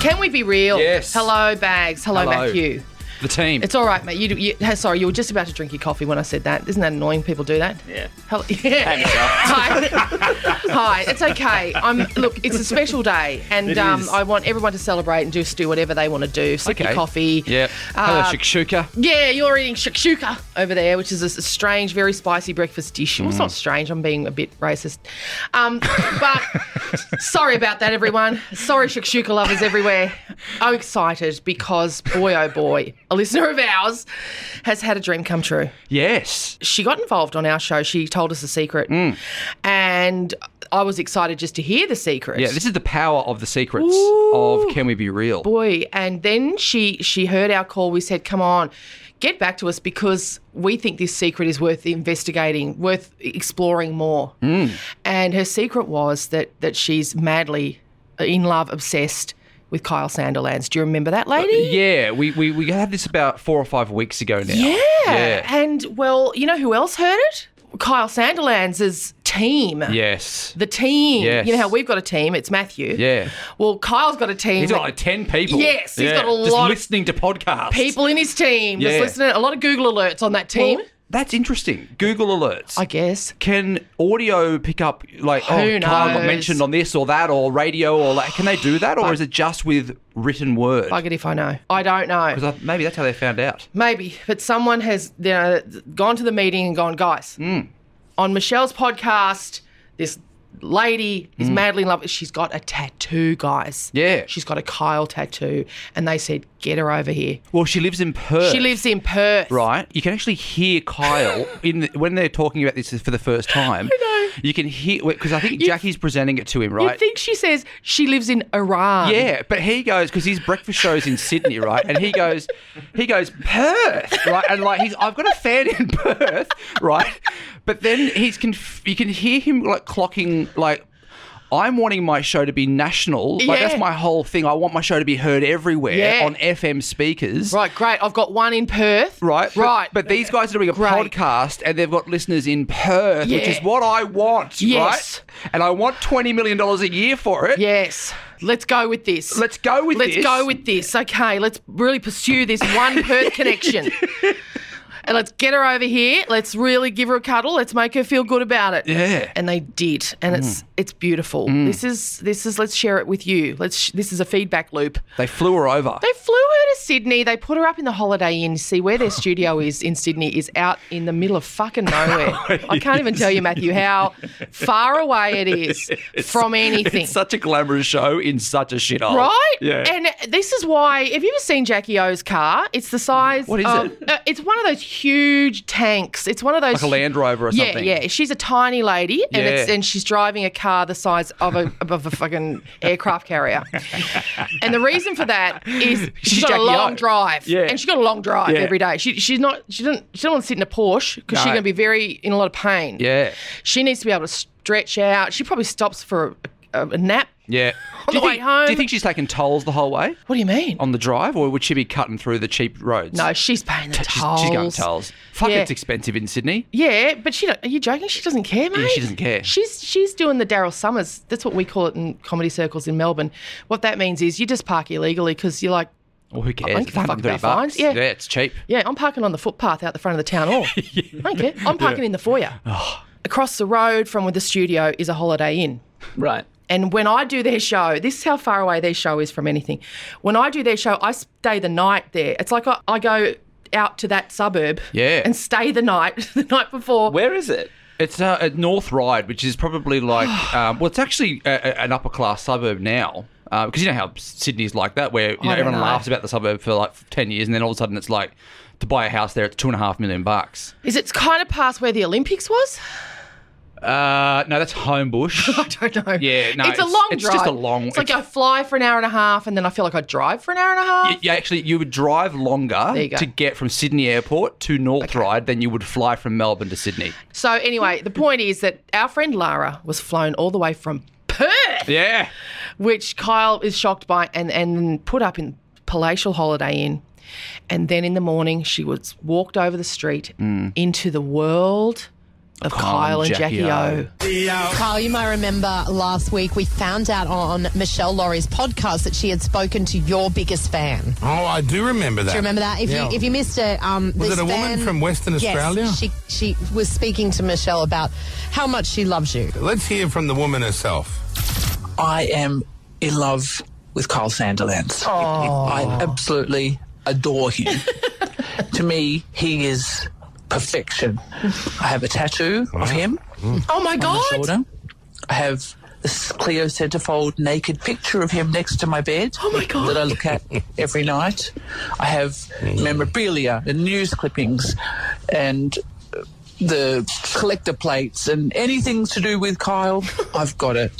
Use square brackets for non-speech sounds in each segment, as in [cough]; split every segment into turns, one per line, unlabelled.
Can we be real?
Yes.
Hello, Bags. Hello,
Hello.
Matthew.
The team.
It's all right, mate. You, do- you hey, sorry, you were just about to drink your coffee when I said that. Isn't that annoying? People do that. Yeah. [laughs] Hello. Yeah. Hi. Hi. It's okay. I'm look. It's a special day, and
It
um,
is.
I want everyone to celebrate and just do whatever they want to do. Sip your
Okay.
coffee.
Yeah. Hello,
Uh,
shakshuka.
Yeah, you're eating shakshuka over there, which is a s- strange, very spicy breakfast dish. Well, it's
Mm.
not strange. I'm being a bit racist. Um,
[laughs]
but sorry about that, everyone. Sorry, shakshuka lovers everywhere. I'm excited because, boy, oh boy, a listener of ours has had a dream come true.
Yes.
She got involved on our show. She told us a secret.
Mm.
And I was excited just to hear the secret.
Yeah, this is the power of the secrets of Can We Be Real?
boy and then she she heard our call we said come on get back to us because we think this secret is worth investigating worth exploring more
Hmm.
and her secret was that that she's madly uh, in love obsessed with Kyle Sanderlands do you remember that lady
Uh, Yeah, we, we, we had this about four or five weeks ago now.
yeah.
Yeah.
and well you know who else heard it Kyle Sanderlands' team
Yes.
the team
Yes.
you know how we've got a team it's Matthew
Yeah.
well Kyle's got a team
He's
that-
got like 10 people.
Yes, he's
he's
got a
Just
lot of-
listening to podcasts.
people in his team just
Yeah.
listening a lot of Google alerts on that team
Well, that's interesting. Google Alerts.
I guess.
Can audio pick up, like,
Who
oh, Kyle got
knows?
mentioned on this or that or radio or like, can they do that or is it just with written word?
Bug it if I know. I don't know.
'Cause I- maybe that's how they found out.
Maybe, but someone has you know, gone to the meeting and gone, guys,
Mm.
on Michelle's podcast, this lady is madly in love. She's got a tattoo, guys.
Mm. Yeah.
She's got a Kyle tattoo. And they said, get her over here.
Well, she lives in Perth.
She lives in Perth.
right? You can actually
[laughs]
hear Kyle in the, when they're talking about this for the first time. I know. You can hear because I think Jackie's presenting it to him,
You
right?
think she says she lives in Iran.
yeah, but he goes because his breakfast show's in Sydney, right? And he goes, he goes Perth, right? And like he's, I've got a fan in Perth, right? But then he's conf- you can hear him like clocking like. I'm wanting my show to be national. Like
Yeah.
that's my whole thing. I want my show to be heard everywhere
Yeah.
on FM speakers.
Right, great. I've got one in Perth.
right? But-
Right.
But, these guys are doing a
Great.
podcast and they've got listeners in Perth, which
Yeah.
is what I want,
Yes.
right? And I want $20 million a year for it.
Yes. Let's go with this.
Let's go with
Let's
this. [laughs]
go with this. Okay, let's really pursue this one Perth connection. and let's get her over here. Let's really give her a cuddle. Let's make her feel good about it.
Yeah. Mm.
And they did, and it's it's beautiful. This is this is let's share it with you. Let's sh- this is a feedback loop.
They flew her over.
They flew her to Sydney. They put her up in the Holiday Inn. See where their
[laughs]
studio is in Sydney is out in the middle of fucking
Oh,
nowhere. I can't even tell you, Matthew,
[laughs]
how far away it is from anything.
It's such a glamorous show in such a shithole.
Right?
Yeah.
And this is why. Have you ever seen Jackie O's car? It's the size.
What is
of,
it?
Uh, it's one of those huge tanks. It's one of those
like a Land Rover or
yeah,
something.
yeah. She's a tiny lady, and it's
Yeah.
and she's driving a car the size of a [laughs] of a fucking aircraft carrier. and the reason for that is
[laughs]
she's got
Jackie
a long
O.
drive,
Yeah.
and she's got a long drive
Yeah.
every day. She, she's not. She doesn't. She doesn't want to sit in a Porsche because she's
No.
going to be very in a lot of pain.
Yeah.
She needs to be able to stretch out. She probably stops for a, a nap.
Yeah.
On
do you
the way
think,
home-
Do you think she's taking tolls the whole way
What do you mean?
on the drive, or would she be cutting through the cheap roads?
No, she's paying the
She's,
tolls.
she's going tolls. Fuck,
Yeah.
it's expensive in Sydney.
Yeah, but she don't, are you joking? She doesn't care, mate.
she doesn't care.
She's she's doing the Daryl Summers. That's what we call it in comedy circles in Melbourne. What that means is you just park illegally because you're like,
Well, who cares?
don't give a fuck
130
about fines.
bucks.
Yeah.
it's cheap.
yeah, I'm parking on the footpath out the front of the town
[laughs]
hall. I don't care. I'm parking in the foyer.
Oh.
Across the road from where the studio is a Holiday Inn.
Right.
And when I do their show, this is how far away their show is from anything. When I do their show, I stay the night there. It's like I, I go out to that suburb
Yeah.
and stay the night [laughs] the night before.
Where is it?
It's uh, at North Ryde, which is probably like, um, well, it's actually a, a- an upper class suburb now. Because you know how Sydney's like that, where you know,
don't
everyone
know.
laughs about the suburb for like 10 years, and then all of a sudden it's like to buy a house there, it's two and a half million bucks.
Is it kind of past where the Olympics was?
Uh, no, that's Homebush.
[laughs] I don't know.
Yeah, no,
it's, a
it's-
long
it's
drive.
just a long-
It's like I
it's-
fly for an hour and a half, and then I feel like I drive for an hour and a half.
[laughs] Y- Yeah, actually, you would drive longer
There you go.
to get from Sydney Airport to North Ryde than you would fly from Melbourne to Sydney.
So anyway, the point is that our friend Lara was flown all the way from Perth,
Yeah.
which Kyle is shocked by, and and put up in Palatial Holiday Inn. And then in the morning, she was walked over the street
Hmm.
into the world of Kyle, and Jackie, O.
Kyle, you may remember last week we found out on Michelle Laurie's podcast that she had spoken to your biggest fan. Do
Oh, I do remember that.
you remember that? If you if you missed it, um,
Was
this
it a
fan-
woman from Western
Yes,
Australia?
she she was speaking to Michelle about how much she loves you.
Let's hear from the woman herself.
I am in love with Carl Sanderlands. I absolutely
[laughs]
adore him. to me, he is perfection. I have a tattoo of him
Oh my
on the
God!
shoulder. I have this Cleo centerfold naked picture of him next to my bed
Oh my God.
that I look at every night. I have memorabilia and news clippings and uh, the collector plates and anything to do with Kyle, I've got it.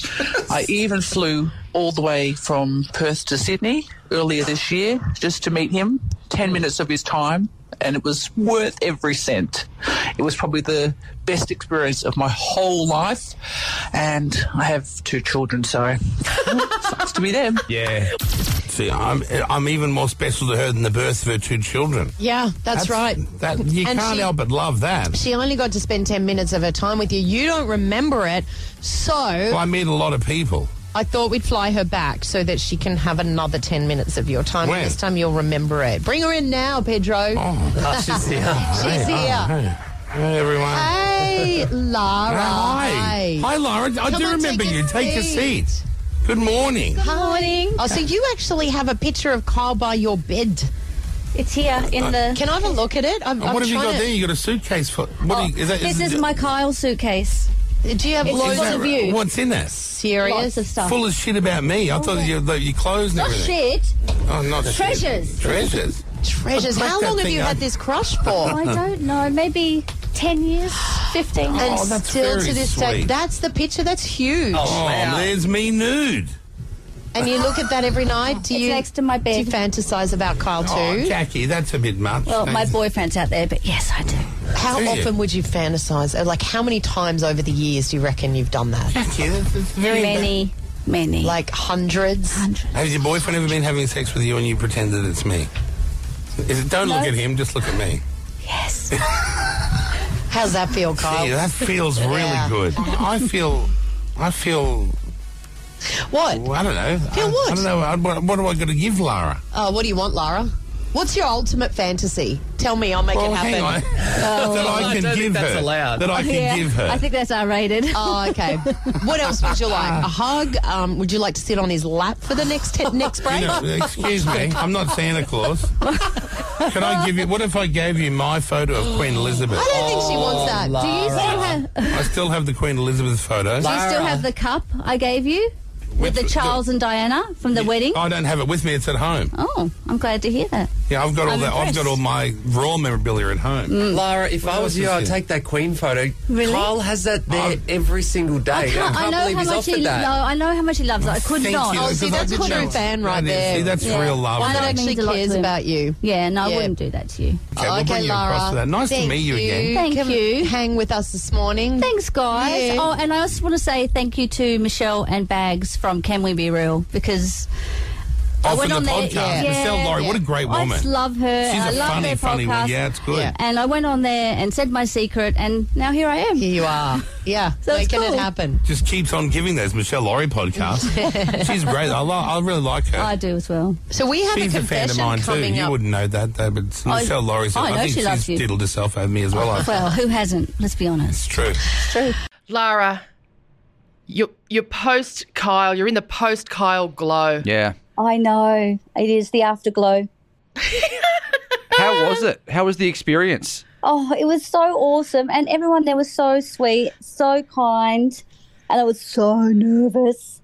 I even flew all the way from Perth to Sydney earlier this year just to meet him. 10 minutes of his time and it was worth every cent. It was probably the best experience of my whole life. And I have two children, so sucks to be
[laughs]
them.
Yeah. See, I'm I'm even more special to her than the birth of her two children.
Yeah, that's, right.
That you
And
can't
she-
help but love that.
She only got to spend ten minutes of her time with you. You don't remember it, so
well, I meet a lot of people.
I thought we'd fly her back so that she can have another ten minutes of your time.
When?
This time you'll remember it. Bring her in now, Pedro.
Oh, she's here.
[laughs] She's
Hey, oh,
here.
Hey, Hey, everyone. [laughs] Uh,
Hey, Lara.
Hi. Hi, Laura. I
Come
do
on,
remember
take a
you. Take a
seat.
seat. Good morning.
Morning. Oh, so you actually have a picture of Kyle by your bed.
It's here in the.
Can I have a look at it? I'm,
And
I'm
what have you
trying
got there?
to,
You got a suitcase for? What do you, is that?
this is my Kyle suitcase.
Do you have
It's
loads
is that
of Oh.
right?
you?
view.
What's in that?
Lots
Serious?
of stuff.
Full of shit about me.
Oh,
I thought you like, your clothes and
Not
everything.
shit.
Oh, not shit.
Treasures.
Treasures.
treasures.
Crack
How
that
long have
thing
you
up. Oh,
had this crush
[laughs]
for?
I don't know. Maybe ten years, fifteen.
And
Oh, that's
still
very
to this day,
sweet.
that's the picture. That's huge.
Oh, there's me nude.
And you look at that every night. Do
it's
you?
next to my
do you
bed.
fantasize about Kyle too?
Oh, Jackie, that's a bit much.
well, my
Thanks.
boyfriend's out there, but yes, I do.
How
Do you?
often would you fantasize? Uh, Like, how many times over the years do you reckon you've done that?
Jackie, that's, that's very
Many, many.
Like hundreds?
Has your boyfriend ever been having sex with you and you pretend that it's me? Is it, don't look at him, just look at me.
yes.
How's that feel, Kyle?
Gee, that feels really
Yeah.
good. I feel, I feel,
What?
well, I don't know.
Feel
I,
what?
I don't know. I, what, what do I got to give Lara?
Oh, what do you want, Lara? What's your ultimate fantasy? Tell me, I'll make
Oh,
it happen.
hang on. [laughs] that I,
I
can
don't think
give
that's
her.
allowed.
That I can
yeah,
give her.
I think that's R rated.
[laughs] Oh, okay. What else would you like? A hug? Um, would you like to sit on his lap for the next te- next break?
[laughs] You know, excuse me, I'm not Santa Claus. Can I give you? What if I gave you my photo of Queen Elizabeth?
I don't think she wants that.
[laughs]
oh,
Do you still have? Do
I still have the Queen Elizabeth photo.
you still have the cup I gave you with the
With-
Charles and Diana from the wedding?
I don't have it with me. It's at home.
Oh, I'm glad to hear that.
Yeah, I've got all
I'm
that. I've
impressed.
got all my royal memorabilia at home.
Mm.
Lara, if I
else
was you,
is
I'd
here?
take that Queen photo.
Really?
Kyle has that there
I'm-
every single day. I can't,
I know
believe
how
he's
much
offered
he.
that.
No, I know how much he loves it. I could
Thank
not.
you.
Oh, see,
Because I
that's
did
quite a
show-
fan right
That is-
there.
See, that's
Yeah.
real love.
One that
That
Okay,
means
actually
a lot
cares
to him.
about you.
Yeah, no,
Yeah.
I wouldn't do that to you.
we'll
okay,
bring you
Lara.
across to that. Nice to
Thank
meet you again.
Thank
Come
you.
Hang with us this morning.
Thanks, guys.
Yeah.
Oh, and I just want to say thank you to Michelle and Bags from Can We Be Real because I
Off in
went
Oh, the
on
podcast.
There,
Michelle Laurie, what a great
I
woman.
just love her.
She's
and I
a
love
funny,
their
funny
podcast.
one. Yeah, it's good.
Yeah.
And I went on there and said my secret, and now here I am.
Here you are. Yeah,
[laughs] So it's
making it
cool.
happen.
Just keeps on giving those Michelle
[laughs]
Laurie podcasts. She's great. I, lo- I really like her.
I do as well.
So we have
She's
a
a fan
confession
of mine too.
coming
You
up.
wouldn't know that though, but
I-
Michelle Laurie said,
I
I,
know
think
she loves
she's
you.
diddled herself over me as well. I
Well, who hasn't? Let's be honest.
It's true.
True.
Lara, you're, you're post Kyle. You're in the post Kyle glow.
Yeah.
I know. It is the afterglow.
How was it? How was the experience?
Oh, it was so awesome. And everyone there was so sweet, so kind. And I was so nervous.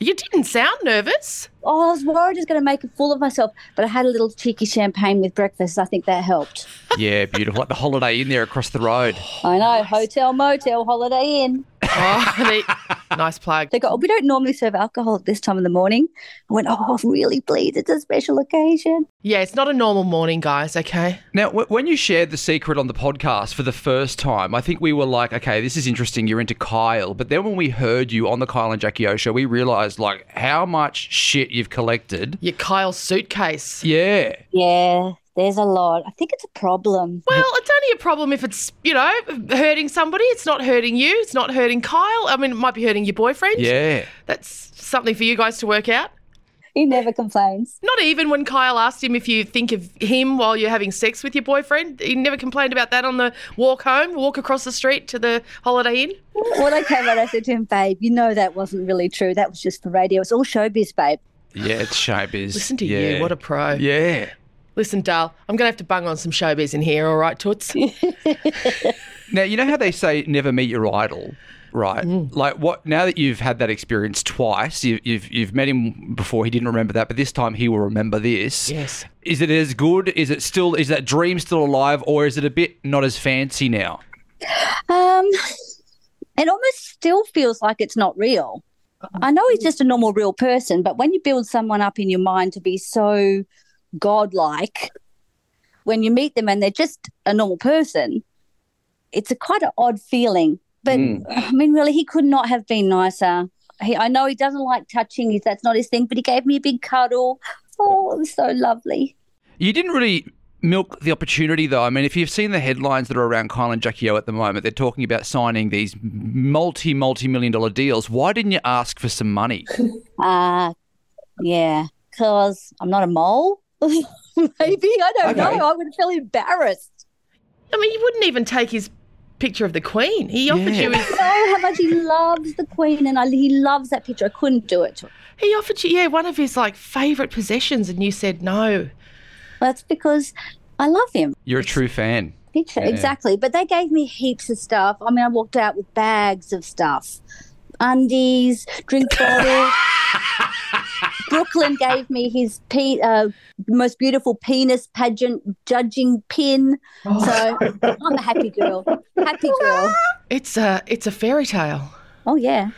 You didn't sound
[laughs]
nervous.
Oh, I was worried I was going to make a fool of myself, but I had a little cheeky champagne with breakfast. I think that helped.
Yeah, beautiful. Like the holiday in there across the road.
I know, hotel, motel, holiday inn.
Oh, they- nice plug.
They go, oh, we don't normally serve alcohol at this time of the morning. I went, oh, really, please, it's a special occasion.
Yeah, it's not a normal morning, guys, okay?
Now, w- when you shared the secret on the podcast for the first time, I think we were like, okay, this is interesting. You're into Kyle. But then when we heard you on the Kyle and Jackie O show, we realized like how much shit you've collected.
Your Kyle suitcase.
Yeah.
Yeah, there's a lot. I think it's a problem.
Well, it's only a problem if it's, you know, hurting somebody. It's not hurting you. It's not hurting Kyle. I mean, it might be hurting your boyfriend.
Yeah.
That's something for you guys to work out.
He never complains.
Not even when Kyle asked him if you think of him while you're having sex with your boyfriend. He never complained about that on the walk home, walk across the street to the Holiday Inn.
when I came out, I said to him, babe, you know that wasn't really true. That was just for radio. It's all showbiz, babe.
Yeah, it's showbiz.
Listen to
yeah.
you. What a pro.
Yeah.
Listen, Dal, I'm going to have to bung on some showbiz in here, all right,
[laughs]
Toots?
Now, you know how they say never meet your idol, right?
Mm.
Like what now that you've had that experience twice, you, you've you've met him before, he didn't remember that, but this time he will remember this.
yes.
Is it as good? Is it still is that dream still alive or is it a bit not as fancy now?
Um, it almost still feels like it's not real. I know he's just a normal, real person, but when you build someone up in your mind to be so godlike, when you meet them and they're just a normal person, it's a quite an odd feeling. But I mean, really, he could not have been nicer. He, I know he doesn't like touching; he- that's not his thing. But he gave me a big cuddle. Oh, it was so lovely.
You didn't really milk the opportunity, though. I mean, if you've seen the headlines that are around Kyle and Jackie O at the moment, they're talking about signing these multi, multi million dollar deals. Why didn't you ask for some money?
Uh, yeah, because I'm not a mole. [laughs] Maybe I don't
Okay.
know. I would feel embarrassed.
I mean, you wouldn't even take his picture of the Queen. He offered
Yeah.
you his
You know Oh, how much he loves the Queen, and I, he loves that picture. I couldn't do it.
He offered you, yeah, one of his like favourite possessions, and you said no.
That's because I love him.
You're a true fan.
Picture exactly. But they gave me heaps of stuff. I mean, I walked out with bags of stuff, undies, drink bottles. Brooklyn gave me his pe- uh, most beautiful penis pageant judging pin. So I'm a happy girl. Happy girl.
It's a it's a fairy tale.
Oh yeah.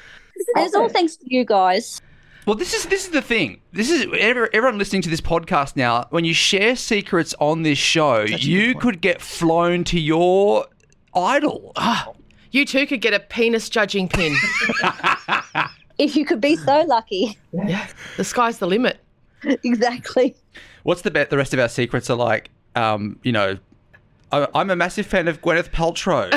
And it's all thanks to you guys.
Well, this is this is the thing. This is ever- everyone listening to this podcast now. When you share secrets on this show, you could get flown to your idol. Ah,
You too could get a penis judging pin.
[laughs]
If you could be so lucky. [laughs]
the sky's the limit.
exactly.
What's the bet? The rest of our secrets are
[laughs]
like, um, you know, I, I'm a massive fan of Gwyneth Paltrow.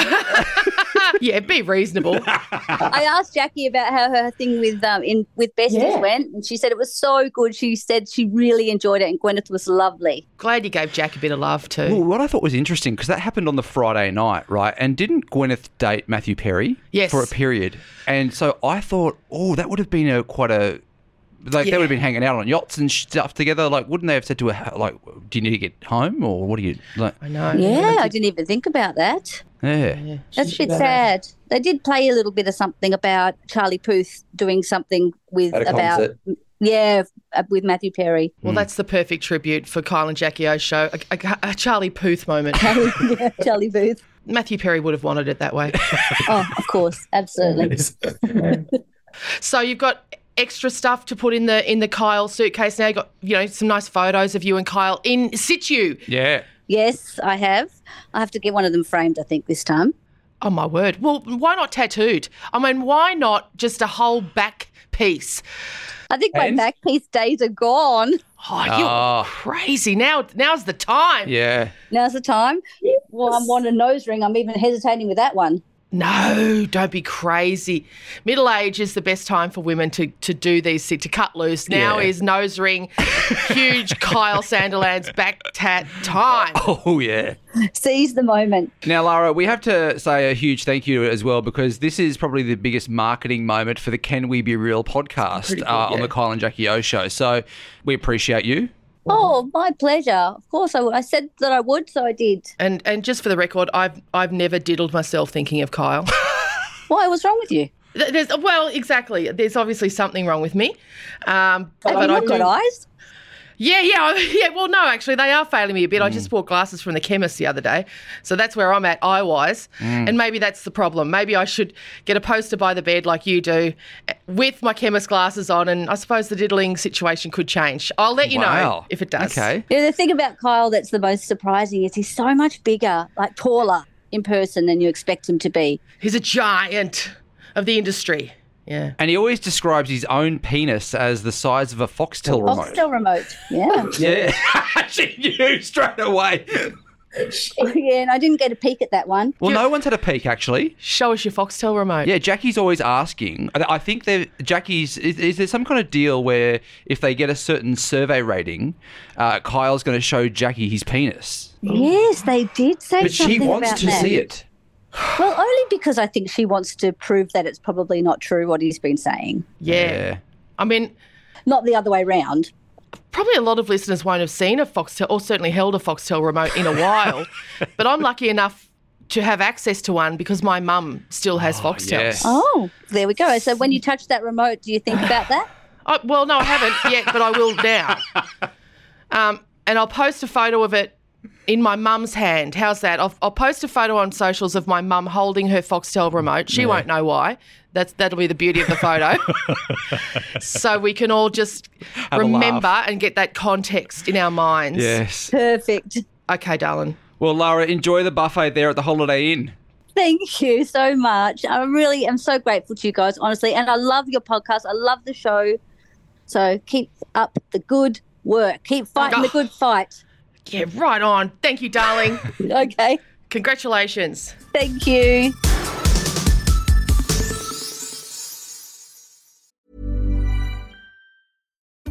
yeah, be
[laughs]
reasonable.
I asked Jackie about how her thing with um in with Besties
Yeah.
went, and she said it was so good. She said she really enjoyed it, and Gwyneth was lovely.
Glad you gave Jack a bit of love too.
Well, what I thought was interesting because that happened on the Friday night, right? And didn't Gwyneth date Matthew Perry?
Yes.
For a period, and so I thought, oh, that would have been a quite a like they
Yeah.
would have been hanging out on yachts and stuff together. Like, wouldn't they have said to her, like, do you need to get home or what do you like?
I know.
Yeah, I didn't even think about that.
Yeah.
That's a bit sad. They did play a little bit of something about Charlie Puth doing something with
At a
about
concert.
yeah uh, with Matthew Perry. [laughs]
Well, that's the perfect tribute for Kyle and Jackie O's show. A, a, a Charlie Puth moment.
Yeah, Charlie Puth.
Matthew Perry would have wanted it that
[laughs]
way.
Oh, of course, absolutely.
So you've got extra stuff to put in the in the Kyle suitcase now. You've got you know some nice photos of you and Kyle in situ.
Yeah.
Yes, I have. I have to get one of them framed. I think this time.
Oh my word! Well, why not tattooed? I mean, why not just a whole back piece?
I think my
And-
back piece days are gone.
Oh, you're
Oh.
crazy! Now, now's the time.
Yeah. [laughs]
Now's the time. Well, I'm on a nose ring. I'm even hesitating with that one.
No, don't be crazy. Middle age is the best time for women to to do these to cut loose. Now
Yeah.
is nose ring,
[laughs]
huge Kyle Sanderland's back tat time.
Oh yeah.
Seize the moment.
Now, Lara, we have to say a huge thank you as well because this is probably the biggest marketing moment for the Can We Be Real podcast uh, on the Kyle and Jackie O show. So we appreciate you.
Oh, my pleasure. Of course, I, would. I said that I would, so I did.
And and just for the record, I've I've never diddled myself thinking of Kyle.
Why? What's wrong with you?
Th- There's well, exactly. There's obviously something wrong with me. Um,
Have you
I
not got
do-
eyes?
Yeah, yeah, I- [laughs] yeah. Well, no, actually, they are failing me a bit. I
Mm.
just bought glasses from the chemist the other day, so that's where I'm at eye wise.
Mm.
And maybe that's the problem. Maybe I should get a poster by the bed like you do, eh, with my chemist glasses on. And I suppose the diddling situation could change. I'll let you know
Wow.
if it does.
Okay.
Yeah, the thing about Kyle that's the most surprising is he's so much bigger, like taller in person than you expect him to be.
He's a giant of the industry. Yeah.
And he always describes his own penis as the size of a foxtel remote.
Oxtel Oh, remote.
[laughs]
Yeah. [laughs]
Yeah. [laughs] she knew straight away.
yeah, and I didn't get a peek at that one.
Well, no one's had a peek, actually.
Show us your Foxtel remote.
Yeah, Jackie's always asking. I I think they're Jackie's. Is, is there some kind of deal where if they get a certain survey rating, uh, Kyle's going to show Jackie his penis?
Yes, they did say
But
something
she wants
about
to
that.
see it.
Well, only because I think she wants to prove that it's probably not true what he's been saying.
Yeah. I mean,
Not the other way round.
probably a lot of listeners won't have seen a Foxtel or certainly held a Foxtel remote in a
[laughs]
while, but I'm lucky enough to have access to one because my mum still has Foxtels.
yes.
Oh, there we go. So [laughs] when you touch that remote, do you think about that?
I, Uh, well, no, I haven't yet, but I will
[laughs]
now. Um, and I'll post a photo of it in my mum's hand. How's that? I'll, I'll post a photo on socials of my mum holding her Foxtel remote. She won't know why. That's that'll be the beauty of the
[laughs]
photo. so we can all just
a laugh.
remember and get that context in our minds.
Yes.
[laughs] Perfect.
Okay, darling.
Well, Lara, enjoy the buffet there at the Holiday Inn.
Thank you so much. I really am so grateful to you guys, honestly. And I love your podcast. I love the show. So keep up the good work. Keep fighting
Ah.
the good fight.
Yeah, right on. Thank you, darling.
Okay.
Congratulations.
Thank you.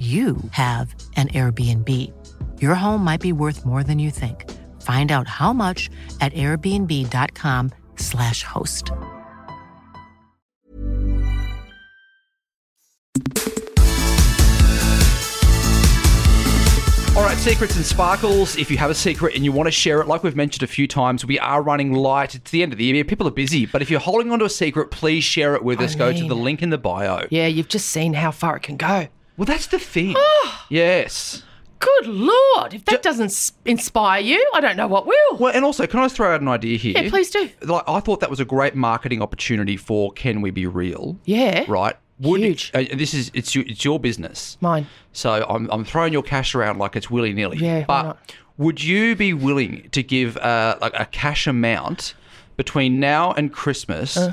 you have an Airbnb. Your home might be worth more than you think. Find out how much at airbnb.com slash host.
All right, secrets and sparkles. If you have a secret and you want to share it, like we've mentioned a few times, we are running light. It's the end of the year. People are busy, but if you're holding on to a secret, please share it with us. Go to
mean-
the link in the bio.
Yeah, you've just seen how far it can go.
Well, that's
[gasps]
the thing. Yes.
Good lord! If that doesn't s- inspire you, I don't know what will.
Well, and also, can I just throw out an idea here?
Yeah, please do.
Like, I thought that was a great marketing opportunity for Can We Be Real?
Yeah.
Right. Would, Huge. this is it's your, it's your business.
Mine.
So I'm, I'm throwing your cash around like it's willy nilly.
Yeah, why
But
not?
would you be willing to give uh, like a cash amount between now and Christmas?
Uh.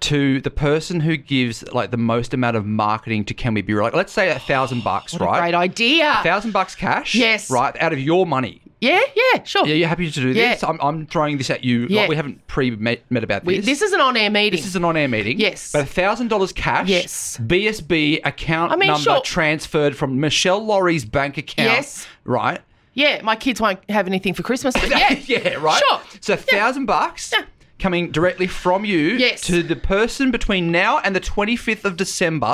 to the person who gives like the most amount of marketing to Can We Be Real, like let's say
[gasps]
a thousand bucks,
What a
right?
great idea.
A thousand bucks cash,
Yes.
right, out of your money.
Yeah, yeah, sure.
Yeah, you're happy to do
Yeah.
this. I'm, I'm throwing this at you.
Yeah.
Like, we haven't pre met about
We-
this.
this is an on-air meeting.
This is an on-air meeting.
Yes.
but thousand dollars cash.
Yes.
BSB account
I mean,
number
sure.
transferred from Michelle Laurie's bank account.
Yes.
Right.
yeah, my kids won't have anything for Christmas, but yeah,
[laughs] yeah. Right.
Sure.
So thousand bucks coming directly from you
Yes.
to the person between now and the 25th of December,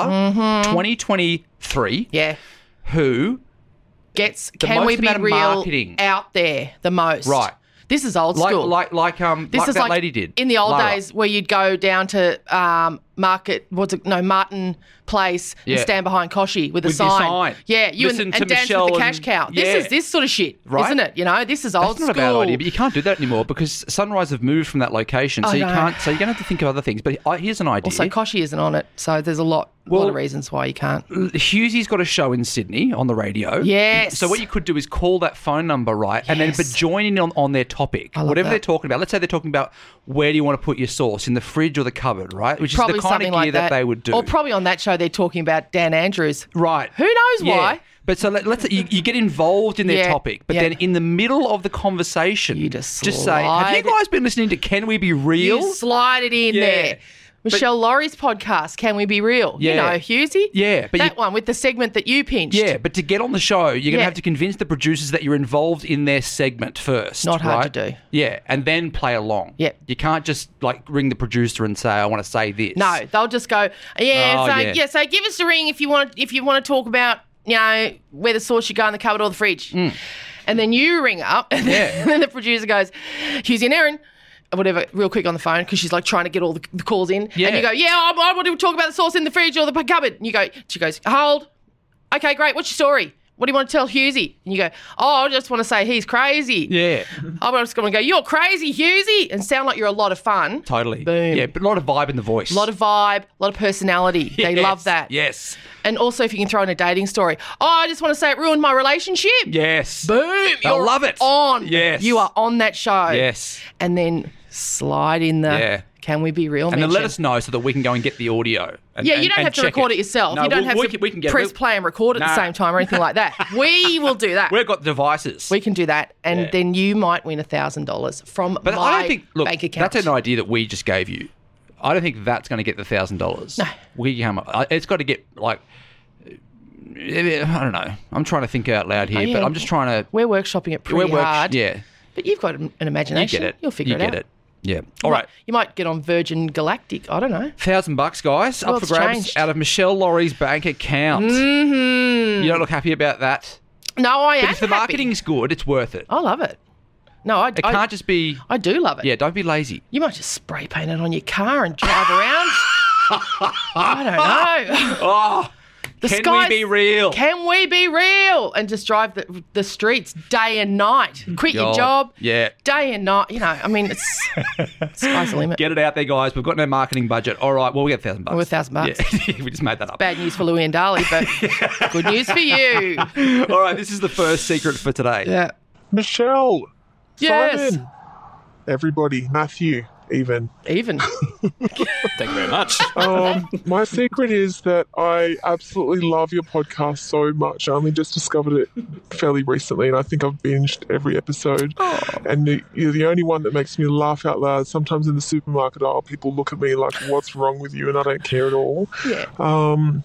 2023.
Mm-hmm. Yeah.
Who
Gets
The
can we
most
be
amount of
real
marketing.
out there the most?
Right.
This is old
like
school.
like like um
this
like
is
that
like
lady did
in the old
Lara.
days where you'd go down to um, market what's it no Martin Place
Yeah.
and stand behind Koshy with a
With your
sign.
sign.
Yeah, you
Listen
and,
to
and dance
Michelle
with the cash
and-
cow. This
yeah.
is this sort of shit,
Right.
isn't it? You know, this is old
That's not
school.
a bad idea, but you can't do that anymore because Sunrise have moved from that location, so
I
you
know.
can't. So you're going to have to think of other things. But I- here's an idea.
also, Koshy isn't on it, so there's a lot, lot of reasons why you can't.
Hughesy's got a show in Sydney on the radio.
Yes.
So what you could do is call that phone number, right? And then but join in on, on their topic.
love that.
Whatever they're talking about. Let's say they're talking about where do you want to put your sauce, in the fridge or the cupboard, right? Which
probably
is the kind
something
of
like
gear
that.
they would do.
Or probably on that show they're talking about Dan Andrews.
Right.
Who knows
Yeah.
why?
But so let, let's you, you get involved in their
Yeah,
topic, but
yeah.
then in the middle of the conversation, you just, say, "Have you
slide-
guys been listening to Can We Be Real?"
You slide it in
Yeah.
there.
But-
Michelle Laurie's podcast, Can We Be Real?
Yeah.
You know, Husey?
Yeah, but
that
you-
one with the segment that you pinched.
Yeah, but to get on the show, you're going to
Yeah.
have to convince the producers that you're involved in their segment first.
Not hard to
right?
do.
Yeah, and then play along. Yeah, you can't just like ring the producer and say, "I want to say this."
No, they'll just go, yeah,
Oh,
so
yeah.
yeah. so give us a ring if you want if you want to talk about, you know, where the sauce should go in the cupboard or the fridge.
Mm.
And then you ring up and then, and [laughs] then the producer goes, Husey and Erin. Whatever, real quick on the phone because she's like trying to get all the, the calls in.
Yeah.
And you go, Yeah, I, I want to talk about the sauce in the fridge or the cupboard. And you go, She goes, Hold. Okay, great. What's your story? What do you want to tell Husey? And you go, Oh, I just want to say he's crazy.
Yeah,
I'm just going to go, You're crazy, Husey. And sound like you're a lot of fun.
totally. Boom. Yeah, but a lot of vibe in the voice.
A lot of vibe, a lot of
[laughs]
personality. They
Yes,
love that.
Yes.
And also, if you can throw in a dating story. Oh, I just want to say it ruined my relationship.
Yes.
Boom.
I
you're
love it.
On.
Yes.
You are on that show.
Yes.
And then slide in the.
Yeah.
Can we be real?
And then let
mention.
us know so that we can go and get the audio. And,
yeah,
and-
you don't
and
have to
check
record it, yourself.
No,
you don't
we'll-
have
we
to
can- we can get
press
we-
play and record at
Nah.
the same time or anything like
[laughs]
that. We will do that.
We've got devices.
We can do that, and
Yeah.
then you might win thousand dollars from
But
my
I don't think. Look,
bank account.
that's an idea that we just gave you. I don't think that's going to get the thousand dollars. No, we come up. I- It's got to get like. I don't know. I'm trying to think out loud here,
Oh,
but
yeah.
I'm just trying to.
We're workshopping it pretty
We're work-
hard.
yeah.
But you've got an an
You
imagination.
get it.
You'll figure
you
it
get
out.
it. Yeah. All right.
You might get on Virgin Galactic. I don't know.
Thousand bucks, guys, up for
World's
grabs
changed.
out of Michelle Laurie's bank account.
Mm-hmm.
You don't look happy about that.
No, I
but
am
if the
happy.
marketing's good, it's worth it.
I love it. No, I.
It
I-
can't just be.
I do love it.
Yeah, don't be lazy.
You might just spray paint it on your car and drive
[laughs]
around. I don't know.
oh,
The
can
sky's-
we be real?
Can we be real? And just drive the, the streets day and night. Quit your
God.
job
Yeah.
day and night. You know, I mean,
[laughs]
it's sky's the limit.
Get it out there, guys. We've got no marketing budget. All right, well, we get thousand bucks.
Well, $1,000.
[laughs] Yeah, we just made that up.
bad news for Louis and Dali,
[laughs]
but good news for you.
All right, this is the first secret for today.
Yeah.
Michelle.
Yes.
Simon. Everybody. Matthew, even.
Even.
Thank you very much.
[laughs]
um, my secret is that I absolutely love your podcast so much. I only just discovered it fairly recently, and I think I've binged every episode. And the, you're the only one that makes me laugh out loud. Sometimes in the supermarket aisle, people look at me like, "What's wrong with you?" and I don't care at all.
Yeah.
Um,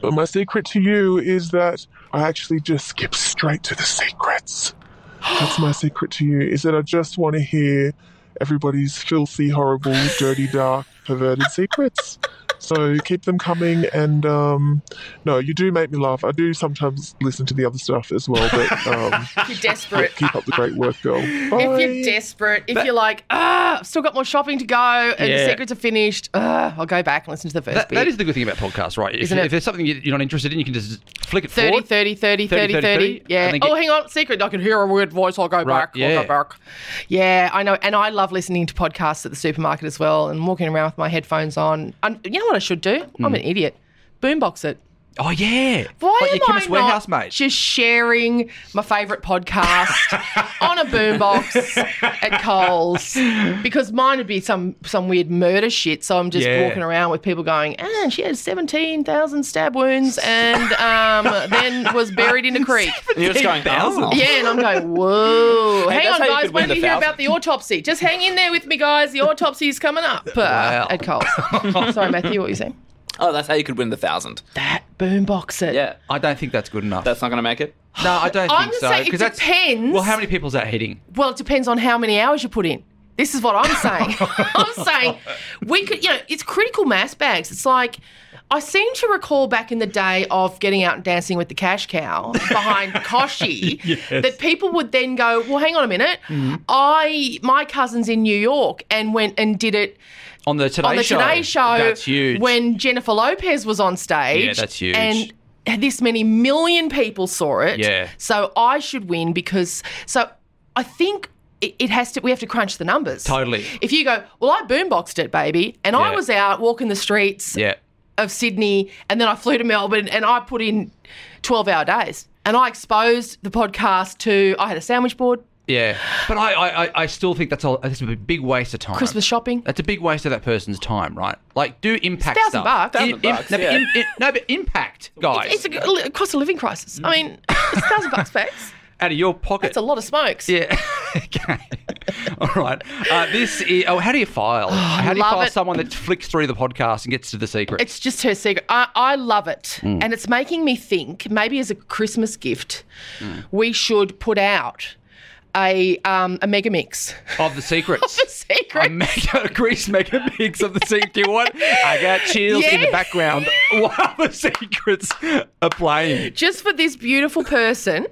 but my secret to you is that I actually just skip straight to the secrets. That's my secret to you is that I just want to hear everybody's filthy, horrible, dirty, dark, perverted secrets. So keep them coming, and um, no, you do make me laugh. I do sometimes listen to the other stuff as well, but um,
You're desperate.
keep up the great work, girl.
If you're desperate, if you're like, ah, I've still got more shopping to go and
Yeah.
secrets are finished, ah, I'll go back and listen to the first
That,
bit.
that is the good thing about podcasts, right? If,
Isn't it?
if there's something you- you're not interested in, you can just flick it
30,
forward.
30, 30, 30, 30, Yeah.
and then
oh,
get-
hang on. Secret. I can hear a weird voice. I'll go back. I'll
yeah.
go back. Yeah, I know. And I love listening to podcasts at the supermarket as well and walking around with my headphones on. And you know what I should do? I'm
Mm.
an idiot. Boombox it.
Oh yeah.
Why
like
am
your Chemist
I
Warehouse
not
mate.
just sharing my
[laughs]
favourite podcast on a boombox at Coles? Because mine would be some some weird murder shit. So I'm just
Yeah.
walking around with people going, and she had 17,000 stab wounds and um, then was buried in
[laughs]
a creek.
And you're just going, "Oh."
Yeah, and I'm going, whoa.
Hey,
hang
that's
on,
how you
guys.
could win
When do
the
you hear
thousand.
about the autopsy? Just hang in there with me, guys. The autopsy is coming up uh,
[laughs]
at Coles. Sorry, Matthew, what were you saying?
Oh, that's how you could win the thousand.
That boombox it.
Yeah.
I don't think that's good enough. That's
not going to make it.
No, I
[laughs]
don't
I'm just
think so.
saying it
'cause that's-
depends.
Well, how many people's that hitting?
Well, it depends on how many hours you put in. This is what I'm saying. I'm saying we could, you know, it's critical mass bags. It's like I seem to recall back in the day of getting out and dancing with the cash cow behind Koshi that people would then go, "Well, hang on a minute.
Mhm.
I my cousin's in New York and went and did it
on the Today
on the
Show.
Today Show
That's huge.
when Jennifer Lopez was on stage.
Yeah, that's huge.
And this many million people saw it.
Yeah.
So I should win because so I think it, it has to we have to crunch the numbers.
Totally.
If you go, well, I boomboxed it, baby, and I
Yeah.
was out walking the streets
Yeah.
of Sydney, and then I flew to Melbourne, and I put in twelve-hour days, and I exposed the podcast to. I had a sandwich board,
Yeah. But I, I, I- I still think that's a, that's a big waste of time.
Christmas shopping.
That's a big waste of that person's time, right? Like, do impact
It's a thousand
stuff.
bucks.
In-
Thousand
in-
bucks,
no, but
yeah.
in- in- no, but impact, guys.
It's a, a cost of living crisis. I mean, it's thousand
[laughs]
bucks, facts.
out of your pocket.
That's a lot of smokes.
[laughs] Yeah. [laughs] All right. Uh, this is, oh, how do you file? how do you
love
file
it.
someone that flicks through the podcast and gets to the secret?
It's just her secret. I, I love it.
Mm.
And it's making me think maybe as a Christmas gift,
Mm.
we should put out a um, a mega mix. [laughs]
Of the secrets.
of the secrets.
A mega, Greece mega mix of the secret. Do you want? I got chills in the
Yes.
background [laughs] while the secrets are playing.
Just for this beautiful person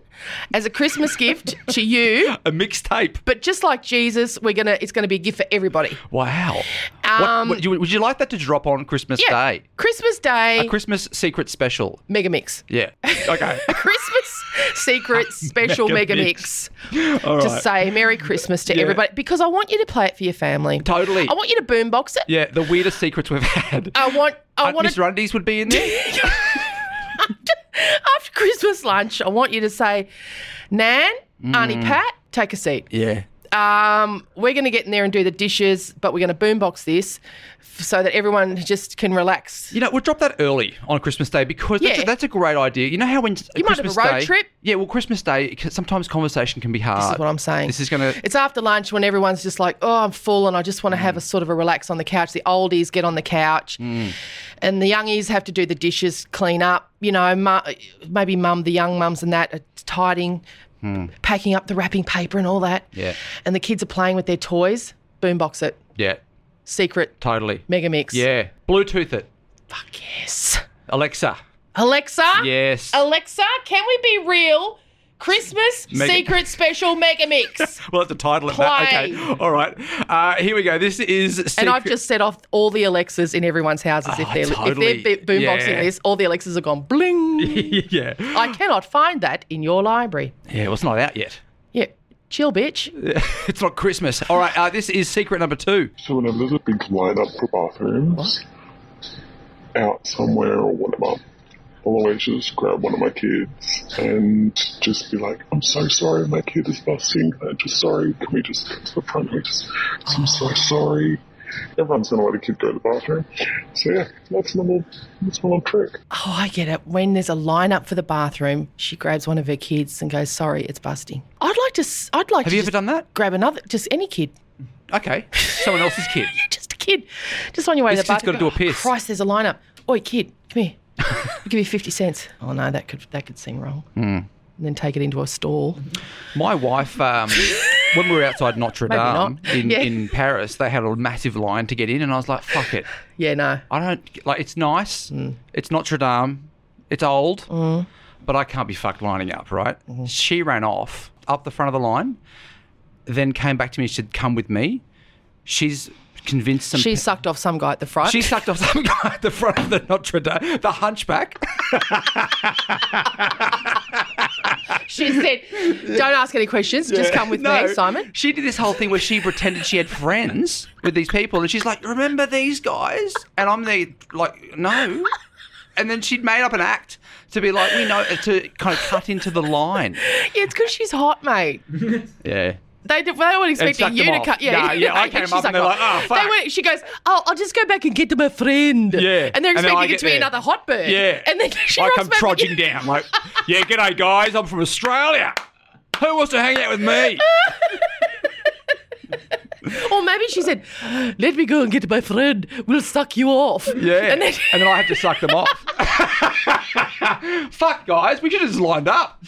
as a Christmas gift to
[laughs]
you.
A mixtape.
But just like Jesus, we're gonna it's gonna be a gift for everybody.
Wow.
Um,
what, what, do you- would you like that to drop on Christmas
Yeah.
Day?
Christmas Day.
A Christmas secret special.
mega mix. [laughs]
Yeah. Okay.
A Christmas secret special
[laughs] Mega
mega
mix.
mix.
[laughs] All
To
right.
say Merry Christmas to
Yeah.
everybody because I want you to play it for your family.
Totally.
I want you to boombox it.
Yeah, the weirdest secrets we've had.
I want. Oh, I
Uh,
want
Mr. Undies would be in there.
[laughs] after Christmas lunch. I want you to say, Nan, Auntie
Mm.
Pat, take a seat.
yeah.
Um, we're going to get in there and do the dishes, but we're going to boombox this f- so that everyone just can relax.
You know, we'll drop that early on Christmas Day because that's, a,
Yeah.
that's a great idea. You know how when
You might have a
Christmas
road
Day-
trip.
Yeah, well, Christmas Day c- sometimes conversation can be hard. This is what
I'm saying.
This is gonna.
It's after lunch when everyone's just like, oh, I'm full and I just want to have a sort of a relax on the couch. The oldies get on the couch
Mm.
and the youngies have to do the dishes, clean up. You know, mu- maybe mum, the young mums and that are tidying,
Mm.
packing up the wrapping paper and all that.
Yeah.
And the kids are playing with their toys. Boombox it.
Yeah.
Secret.
Totally.
Mega mix.
Yeah. Bluetooth it.
Fuck yes.
Alexa.
Alexa?
Yes.
Alexa, can we be real? Christmas
Mega-
Secret Special Mega
[laughs]
Mix.
[laughs] Well, that's the title of
Play.
that. Okay. All right. Uh, here we go. This is.
And I've
secret-
just set off all the Alexas in everyone's houses. if
Oh,
they're,
totally.
if they're bo- boomboxing
Yeah.
this, all the Alexas are gone bling.
[laughs] yeah.
I cannot find that in your library.
Yeah, well, it's not out yet. [laughs]
Yeah, chill, bitch.
it's not Christmas. All right, uh, this is secret number two.
So whenever there's a big line up for bathrooms out somewhere or whatever, I'll always just grab one of my kids and just be like, I'm so sorry my kid is busting. I'm just sorry. Can we just go to the front? We just, I'm so sorry. Everyone's going to let a kid go to the bathroom. So yeah, that's my little, that's my little trick.
Oh, I get it. When there's a line up for the bathroom, she grabs one of her kids and goes, "Sorry, it's busting." I'd like to. s- I'd like. Have to you ever
done that?
Grab another, just any kid,
Okay. Someone else's kid.
just a kid, just on your way
This
to the
kid's
bathroom.
gotta do a piss.
Christ, there's a line up. Oi, kid, come here. I'll give you fifty cents. Oh no, that could that could seem wrong.
Hmm.
And then take it into a stall.
My wife um, when we were outside Notre
Maybe
Dame
not.
in,
Yeah.
in Paris, they had a massive line to get in, and I was like, "Fuck it,
Yeah, no.
I don't like. It's nice.
Mm.
It's Notre Dame. It's old, but I can't be fucked lining up, right?"
Mm-hmm.
She ran off up the front of the line, then came back to me. She said, "Come with me." She's convinced some.
she sucked off some guy at the front.
[laughs] She sucked off some guy at the front of the Notre Dame, the hunchback.
[laughs] She said, "Don't ask any questions. Just come with
[laughs] No,
me, Simon."
She did this whole thing where she pretended she had friends with these people, and she's like, "Remember these guys?" And I'm there, like, "No." And then she'd made up an act to be like, "We know," uh, to kind of cut into the line.
Yeah, it's because she's hot, mate.
Yeah.
They, d- they weren't
sucked
expecting you
them
to
off.
cut. Yeah,
Nah, yeah,
[laughs]
I
She
came up and
sucked
they're
off.
like, "Oh, fuck."
They went, she goes, "Oh, I'll just go back and get to my friend."
Yeah.
and they're
And then I
expecting
get
it to be
there.
another hot bird. and then [laughs] she
I
rocks
come
back
trudging down, like, "Yeah, g'day guys, I'm from Australia. Who wants to hang out with me?"
again. Or maybe she said, "Let me go and get to my friend. We'll suck you off."
Yeah,
and then [laughs]
I had to suck them off. [laughs] Fuck, guys, we should have just lined up.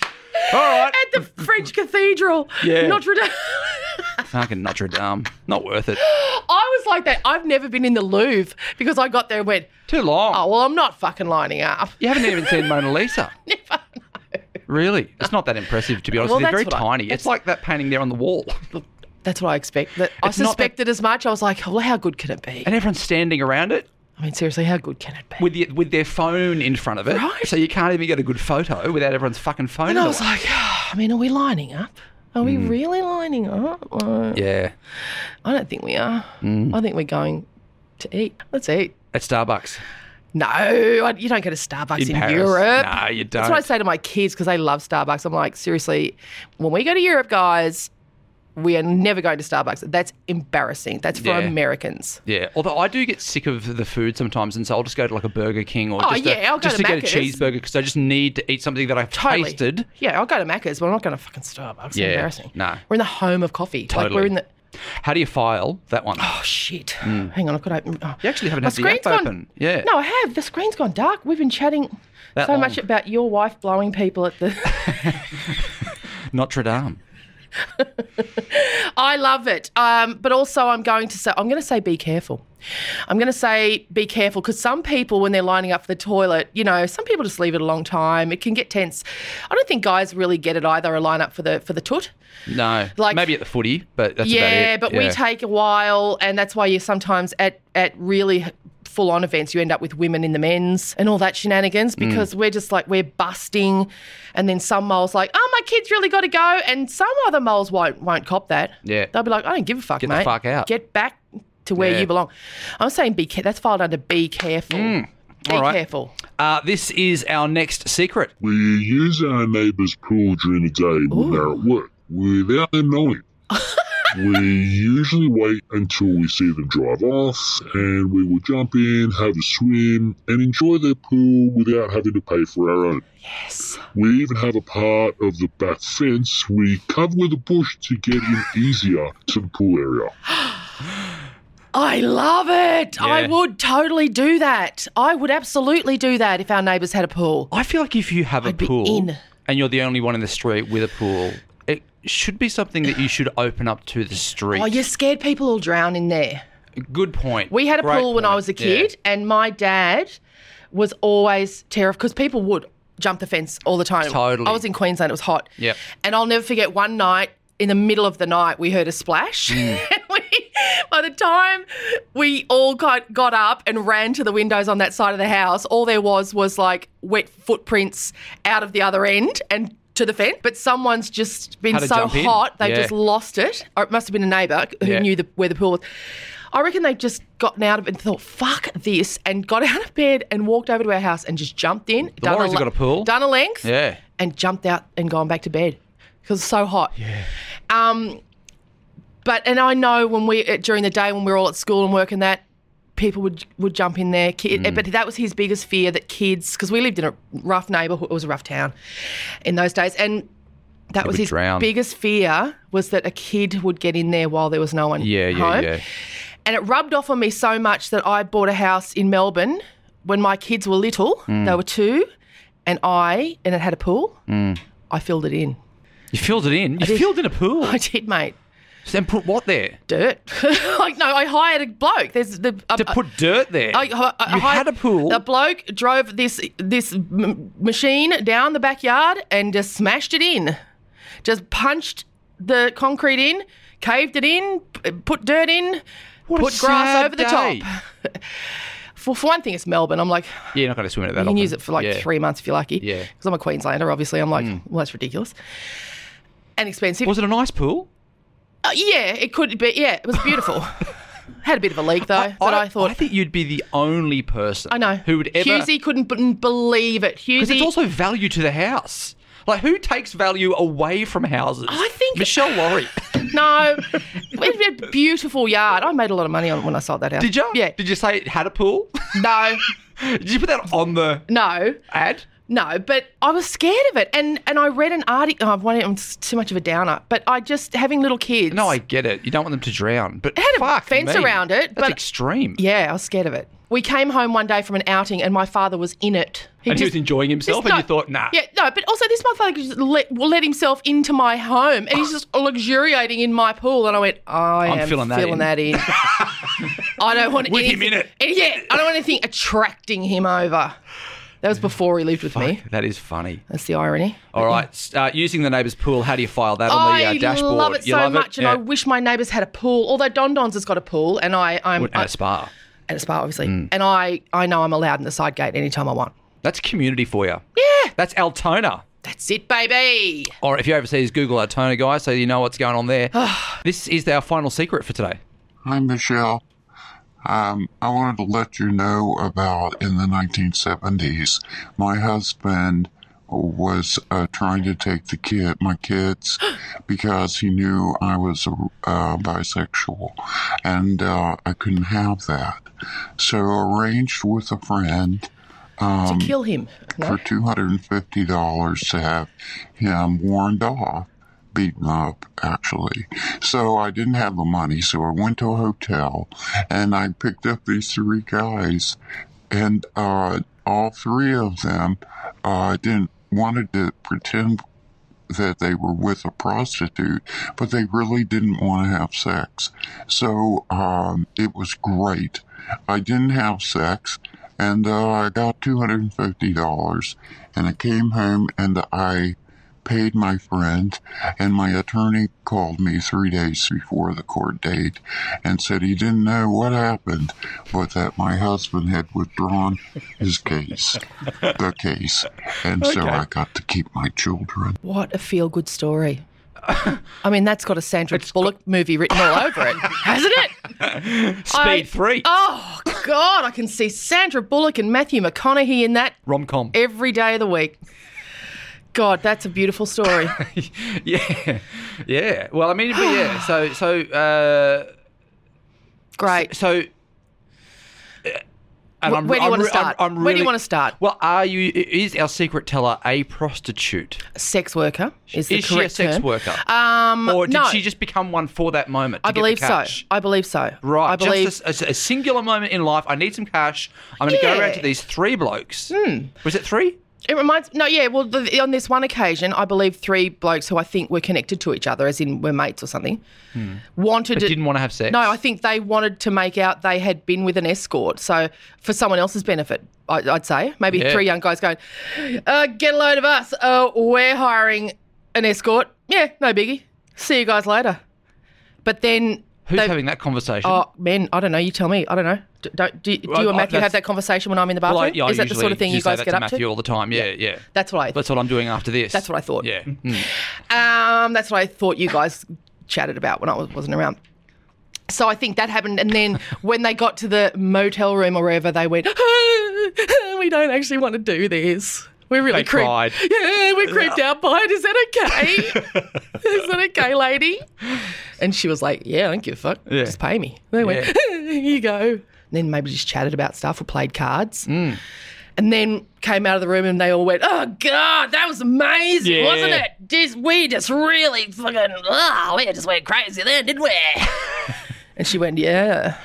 All right.
at the French Cathedral,
Yeah.
Notre Dame. [laughs]
Fucking Notre Dame, not worth it.
I was like that. I've never been in the Louvre because I got there and went
too long.
Oh well, I'm not fucking lining up.
You haven't even
[laughs]
seen Mona Lisa. Never. Really, it's not that impressive to be honest.
Well,
with you. They're very
that's what I-
tiny. it's like that painting there on the wall, [laughs]
That's what I expect. That I
It's not that-
suspected as much. I was like, well, how good can it be?
and everyone's standing around it
I mean, seriously, how good can it be?
with the, with their phone in front of it, right? So you can't even get a good photo without everyone's fucking phone. in
And I
the
was
way.
like, "Ah, I mean, are we lining up? Are we really lining up? Like,
Mm. yeah,
I don't think we are.
Mm.
I think we're going to eat. Let's eat.
at Starbucks.
No, I, you don't go to Starbucks
In
in,
Paris.
Europe.
No, you
That's what I
don't.
say to my kids because they love Starbucks. I'm like, seriously, when we go to Europe, guys, we are never going to Starbucks. That's embarrassing. That's for
Yeah.
Americans.
Yeah, although I do get sick of the food sometimes, and so I'll just go to like a Burger King or
Oh,
just, a,
yeah, I'll go
just
to
to get a
Macca's.
cheeseburger because I just need to eat something that I've tasted.
Yeah, I'll go to Macca's, but I'm not going to fucking Starbucks. It's
yeah,
embarrassing.
no,
We're in the home of coffee. Like
Totally.
we're in the.
How do you file
[gasps]
that one?
Oh shit! Hang on, I've got to open. Oh.
Mm. You actually haven't
My
had the app
screen's gone-
open. Yeah.
No, I have. The screen's gone dark. We've been chatting
That
so
long.
much about your wife blowing people at the. [laughs]
Notre Dame.
I love it. Um, but also, I'm going to say, I'm going to say, be careful. I'm going to say, be careful because some people, when they're lining up for the toilet, you know, some people just leave it a long time. It can get tense. I don't think guys really get it either. A line up for the for the toot.
No.
Like-
maybe at the footy, but that's
yeah,
about it.
but we take a while, and that's why you sometimes at at really full on events you end up with women in the men's and all that shenanigans
Mm.
because we're just like we're busting, and then some moles like, oh my kid's really got to go, and some other moles won't won't cop that.
Yeah.
they'll be like, I don't give a fuck,
Get the
mate.
fuck out."
Get back to where
Yeah.
you belong. I'm saying be care- that's filed under be careful. Be
Mm. All right.
careful.
Uh, this is our next secret.
We use our neighbour's pool during the day when they're at work, without them knowing. we usually wait until we see them drive off, and we will jump in, have a swim, and enjoy their pool without having to pay for our own. Yes. We even have a part of the back fence we cover with a bush to get in easier to the pool area.
I love it. I
Yeah.
would totally do that. I would absolutely do that if our neighbours had a pool.
I feel like if you have a pool
in.
and you're the only one in the street with a pool, it should be something that you should open up to the street.
Oh, you're scared people will drown in there.
Good point.
We had a
Great
pool when I
point.
was a
Yeah.
kid, and my dad was always terrified because people would jump the fence all the time.
Totally.
I was in Queensland, it was hot.
Yep.
And I'll never forget one night in the middle of the night, we heard a splash.
Mm.
[laughs] And we, by the time we all got, got up and ran to the windows on that side of the house, all there was was like wet footprints out of the other end and to the fence. But someone's just been
Had to
so
jump in.
hot, they've
Yeah.
just lost it. Or it must have been a neighbour who
Yeah.
knew the, where the pool was. I reckon they just gotten out of it and thought, fuck this, and got [laughs] out of bed and walked over to our house and just jumped in.
The Warriors have got a pool.
Done a length
Yeah.
and jumped out and gone back to bed because it's so hot. Yeah. Um, but and I know when we uh, during the day when we were all at school and work and that people would would jump in there. Kid,
Mm.
But that was his biggest fear that kids because we lived in a rough neighborhood. It was a rough town in those days, and that
They
was
would
his
drown.
biggest fear was that a kid would get in there while there was no one
Yeah, yeah,
home.
yeah.
And it rubbed off on me so much that I bought a house in Melbourne when my kids were little.
Mm.
They were two, and I and it had a pool.
Mm.
I filled it in. [laughs]
You filled it in. You filled in a pool.
I did, mate.
And put what there?
Dirt. [laughs] like no, I hired a bloke. There's the um,
to put dirt there.
I, I, I
you
hired-
had a pool.
A bloke drove this this m- machine down the backyard and just smashed it in, just punched the concrete in, caved it in, p- put dirt in,
a
put grass
sad
over the
day.
top. for, for one thing, it's Melbourne. I'm like,
yeah, you're not going to swim in it
you
that
can
often.
use it for like
Yeah.
three months if you're lucky.
Yeah. Hmm.
Because I'm a Queenslander, obviously. I'm like, well, that's ridiculous. And expensive.
Was it a nice pool?
Uh, yeah, it could be. Yeah, it was
[laughs]
beautiful. Had a bit of a leak though, but I, thought.
I think you'd be the only person
I know.
who would ever
Husey couldn't b- believe it. Husey.
because it's also value to the house. Like who takes value away from houses? I think Michelle
[sighs]
Laurie. [laughs]
no, it had a beautiful yard. I made a lot of money on it when I sold that house.
Did you? Yeah. Did you say it had a pool?
No.
[laughs] Did you put that on the
No.
ad?
No, but I was scared of it, and and I read an article. Oh, I wanted, I'm s- too much of a downer, but I just having little kids.
No, I get it. You don't want them to drown, but
It had a
fuck
fence
me.
around it,
That's
but-
extreme.
Yeah, I was scared of it. We came home one day from an outing, and my father was in it.
and he
just-
was enjoying himself,
It's
and you
not-
thought, nah.
Yeah, no, but also this motherfucker just let, let himself into my home and he's just luxuriating in my pool. And I went, I
I'm
am
filling that in. [laughs]
I don't want
With him
anything,
in it.
and Yeah, I don't want anything attracting him over. That was before he lived with me.
That is funny.
That's the irony.
All right, s- uh, using the neighbour's pool. How do you file that on the uh,
I
dashboard?
love it
you
so
love
much,
it?
and
yeah.
I wish my neighbours had a pool. Although Don Don's has got a pool, and I, I'm
At a spa.
at a spa, obviously,
Mm.
and I, I know I'm allowed in the side gate anytime I want.
That's community for you. Yeah. That's Altona.
That's it, baby.
Or if you're overseas, Google Altona, guys, so you know what's going on [sighs] there. this is our final secret for today.
Hi, Michelle. Um, I wanted to let you know about in the 1970s, my husband was uh, trying to take the kid, my kids, because he knew I was uh, bisexual, and uh, I couldn't have that. So arranged with a friend um,
to kill him.
for two hundred and fifty dollars to have him warned off, beaten up actually. So I didn't have the money, so I went to a hotel and I picked up these three guys, and uh, all three of them uh, didn't wanted to pretend that they were with a prostitute, but they really didn't want to have sex. So um, it was great. I didn't have sex, and uh, I got two hundred and fifty dollars, and I came home and I paid my friend, and my attorney called me three days before the court date and said he didn't know what happened, but that my husband had withdrawn his case, the case, and so
Okay.
I got to keep my children.
What a feel good story. I mean, that's got a Sandra Bullock movie written all over
[laughs]
it, hasn't it?
[laughs] Speed
I-
three.
Oh, God, I can see Sandra Bullock and Matthew McConaughey in that
Rom com.
every day of the week. God, that's a beautiful
[laughs]
story.
[laughs] Yeah. Yeah. Well, I mean, but
[sighs]
yeah. So, so. Uh,
Great.
So. uh, and
Wh-
I'm-
where do you
I'm
wanna
re- I'm-
start? Where
I'm
do you
really-
wanna start?
Well, are you? Is our secret teller a prostitute?
sex worker is the
she a
correct
sex
term.
worker?
Um,
or did
no.
she just become one for that moment? to
I
get the
believe so.
cash?
I believe so.
Right.
I believe.
Just a s- a, s- a singular moment in life. I need some cash. I'm going to go
Yeah. Hmm.
around to these three blokes. Was it three?
It reminds no, yeah. Well, the, on this one occasion, I believe three blokes who I think were connected to each other, as in were mates or something, wanted
Hmm. But
to-
didn't want to have sex.
No, I think they wanted to make out they had been with an escort. So for someone else's benefit, I, I'd say maybe
Yeah.
three young guys going, uh, "Get a load of us. Uh, we're hiring an escort. Yeah, no biggie. See you guys later." But then
Who's having that conversation?
Oh, men, I don't know. You tell me. I don't know. D- Don't do, do
Well,
you
I-
and Matthew
that's-
have that conversation when I'm in the
Well,
bathroom?
I- yeah, I
Is that the sort
usually
of thing you
just say
guys
that
get
to
up
Matthew all the time. Yeah, yeah.
That's what I.
That's what I'm doing after this.
That's what I thought. [laughs]
Yeah. Mm.
Um, that's what I thought you guys chatted about when I was, wasn't around. So I think that happened, and then when they got to the motel room or wherever, they went, "We don't actually want to do this. We're really
They cried.
Yeah, we're creeped out by it. Is that okay?
[laughs]
Is that okay, lady?" And she was like, "Yeah, I don't give a fuck.
Yeah.
Just pay me." They went,
Yeah.
[laughs] "Here you go." And then maybe just chatted about stuff or played cards, and then came out of the room and they all went, "Oh God, that was amazing,
Yeah.
wasn't it? Just, we just really fucking, oh, we just went crazy then, didn't
[laughs]
we?" And she went, Yeah,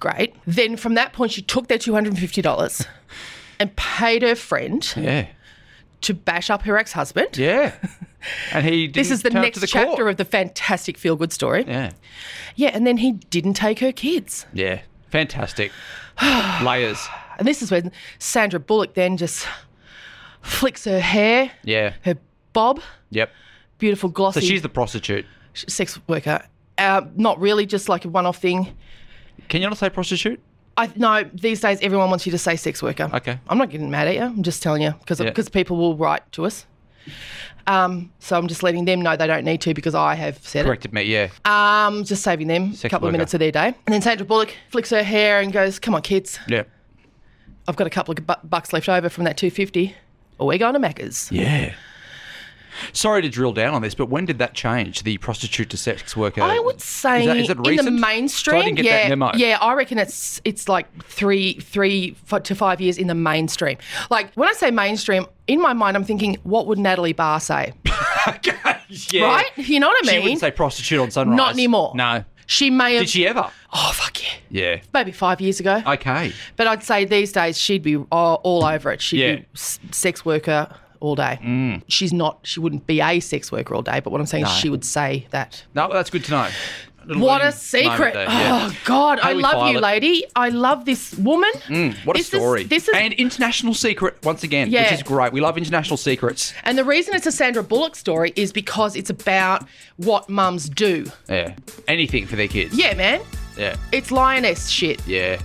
great. Then from that point, she took their $250 and paid her friend
Yeah.
to bash up her ex husband.
Yeah. And he didn't
This is the
turn up
next
to the
chapter
court.
of the fantastic feel good story.
Yeah.
Yeah, and then he didn't take her kids.
Yeah.
[sighs]
Fantastic. Layers.
And this is when Sandra Bullock then just flicks her hair,
Yeah.
her bob,
Yep.
beautiful glossy
So she's the prostitute.
sex worker. Uh, not really, just like a one off thing.
Can you not say prostitute?
I No, these days everyone wants you to say sex worker.
Okay.
I'm not getting mad at you. I'm just telling you because
Yeah.
people will write to us. Um, so I'm just letting them know they don't need to because I have said it.
Corrected me, yeah.
Um, just saving them a
Sex
couple of
worker.
minutes of their day. And then Sandra Bullock flicks her hair and goes, "Come on, kids,
Yeah.
I've got a couple of bu- bucks left over from that 250. Or we're going to Macca's."
Yeah. Sorry to drill down on this, but when did that change? The prostitute to sex worker?
I would say
is, that, is it
in the
recent?
mainstream.
So I didn't get
yeah,
that memo.
yeah, I reckon it's it's like three three f- to five years in the mainstream. Like when I say mainstream, in my mind, I'm thinking, what would Natalie Barr say?
Yeah.
Right? You know what I
She
mean?
wouldn't say prostitute on sunrise.
Not anymore.
No.
She may have.
Did she ever?
Oh fuck yeah!
Yeah.
Maybe five years ago.
Okay.
But I'd say these days she'd be all, all over it. She'd
Yeah. Mm.
be s- sex worker all day. She's not. She wouldn't be a sex worker all day. But what I'm saying
No.
is she would say that.
No, that's good to know. Little
What a
learning moment
secret!
there, yeah.
Oh God, I
Hayley
love you,
Violet.
lady. I love this woman.
Mm, what a
This is-
story.
this is-
and international secret once again,
Yeah.
which is great. We love international secrets.
And the reason it's a Sandra Bullock story is because it's about what mums do.
Yeah. Anything for their kids.
Yeah, man,
Yeah.
it's lioness shit,
Yeah.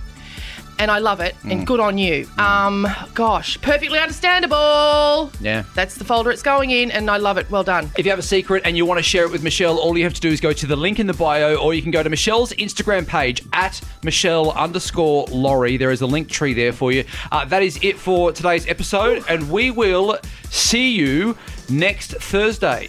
and I love it.
Mm.
And good on you. Um, gosh, perfectly understandable.
Yeah.
That's the folder it's going in, and I love it. Well done.
If you have a secret and you want to share it with Michelle, all you have to do is go to the link in the bio or you can go to Michelle's Instagram page at Michelle underscore Laurie. There is a link tree there for you. Uh, that is it for today's episode, and we will see you next Thursday.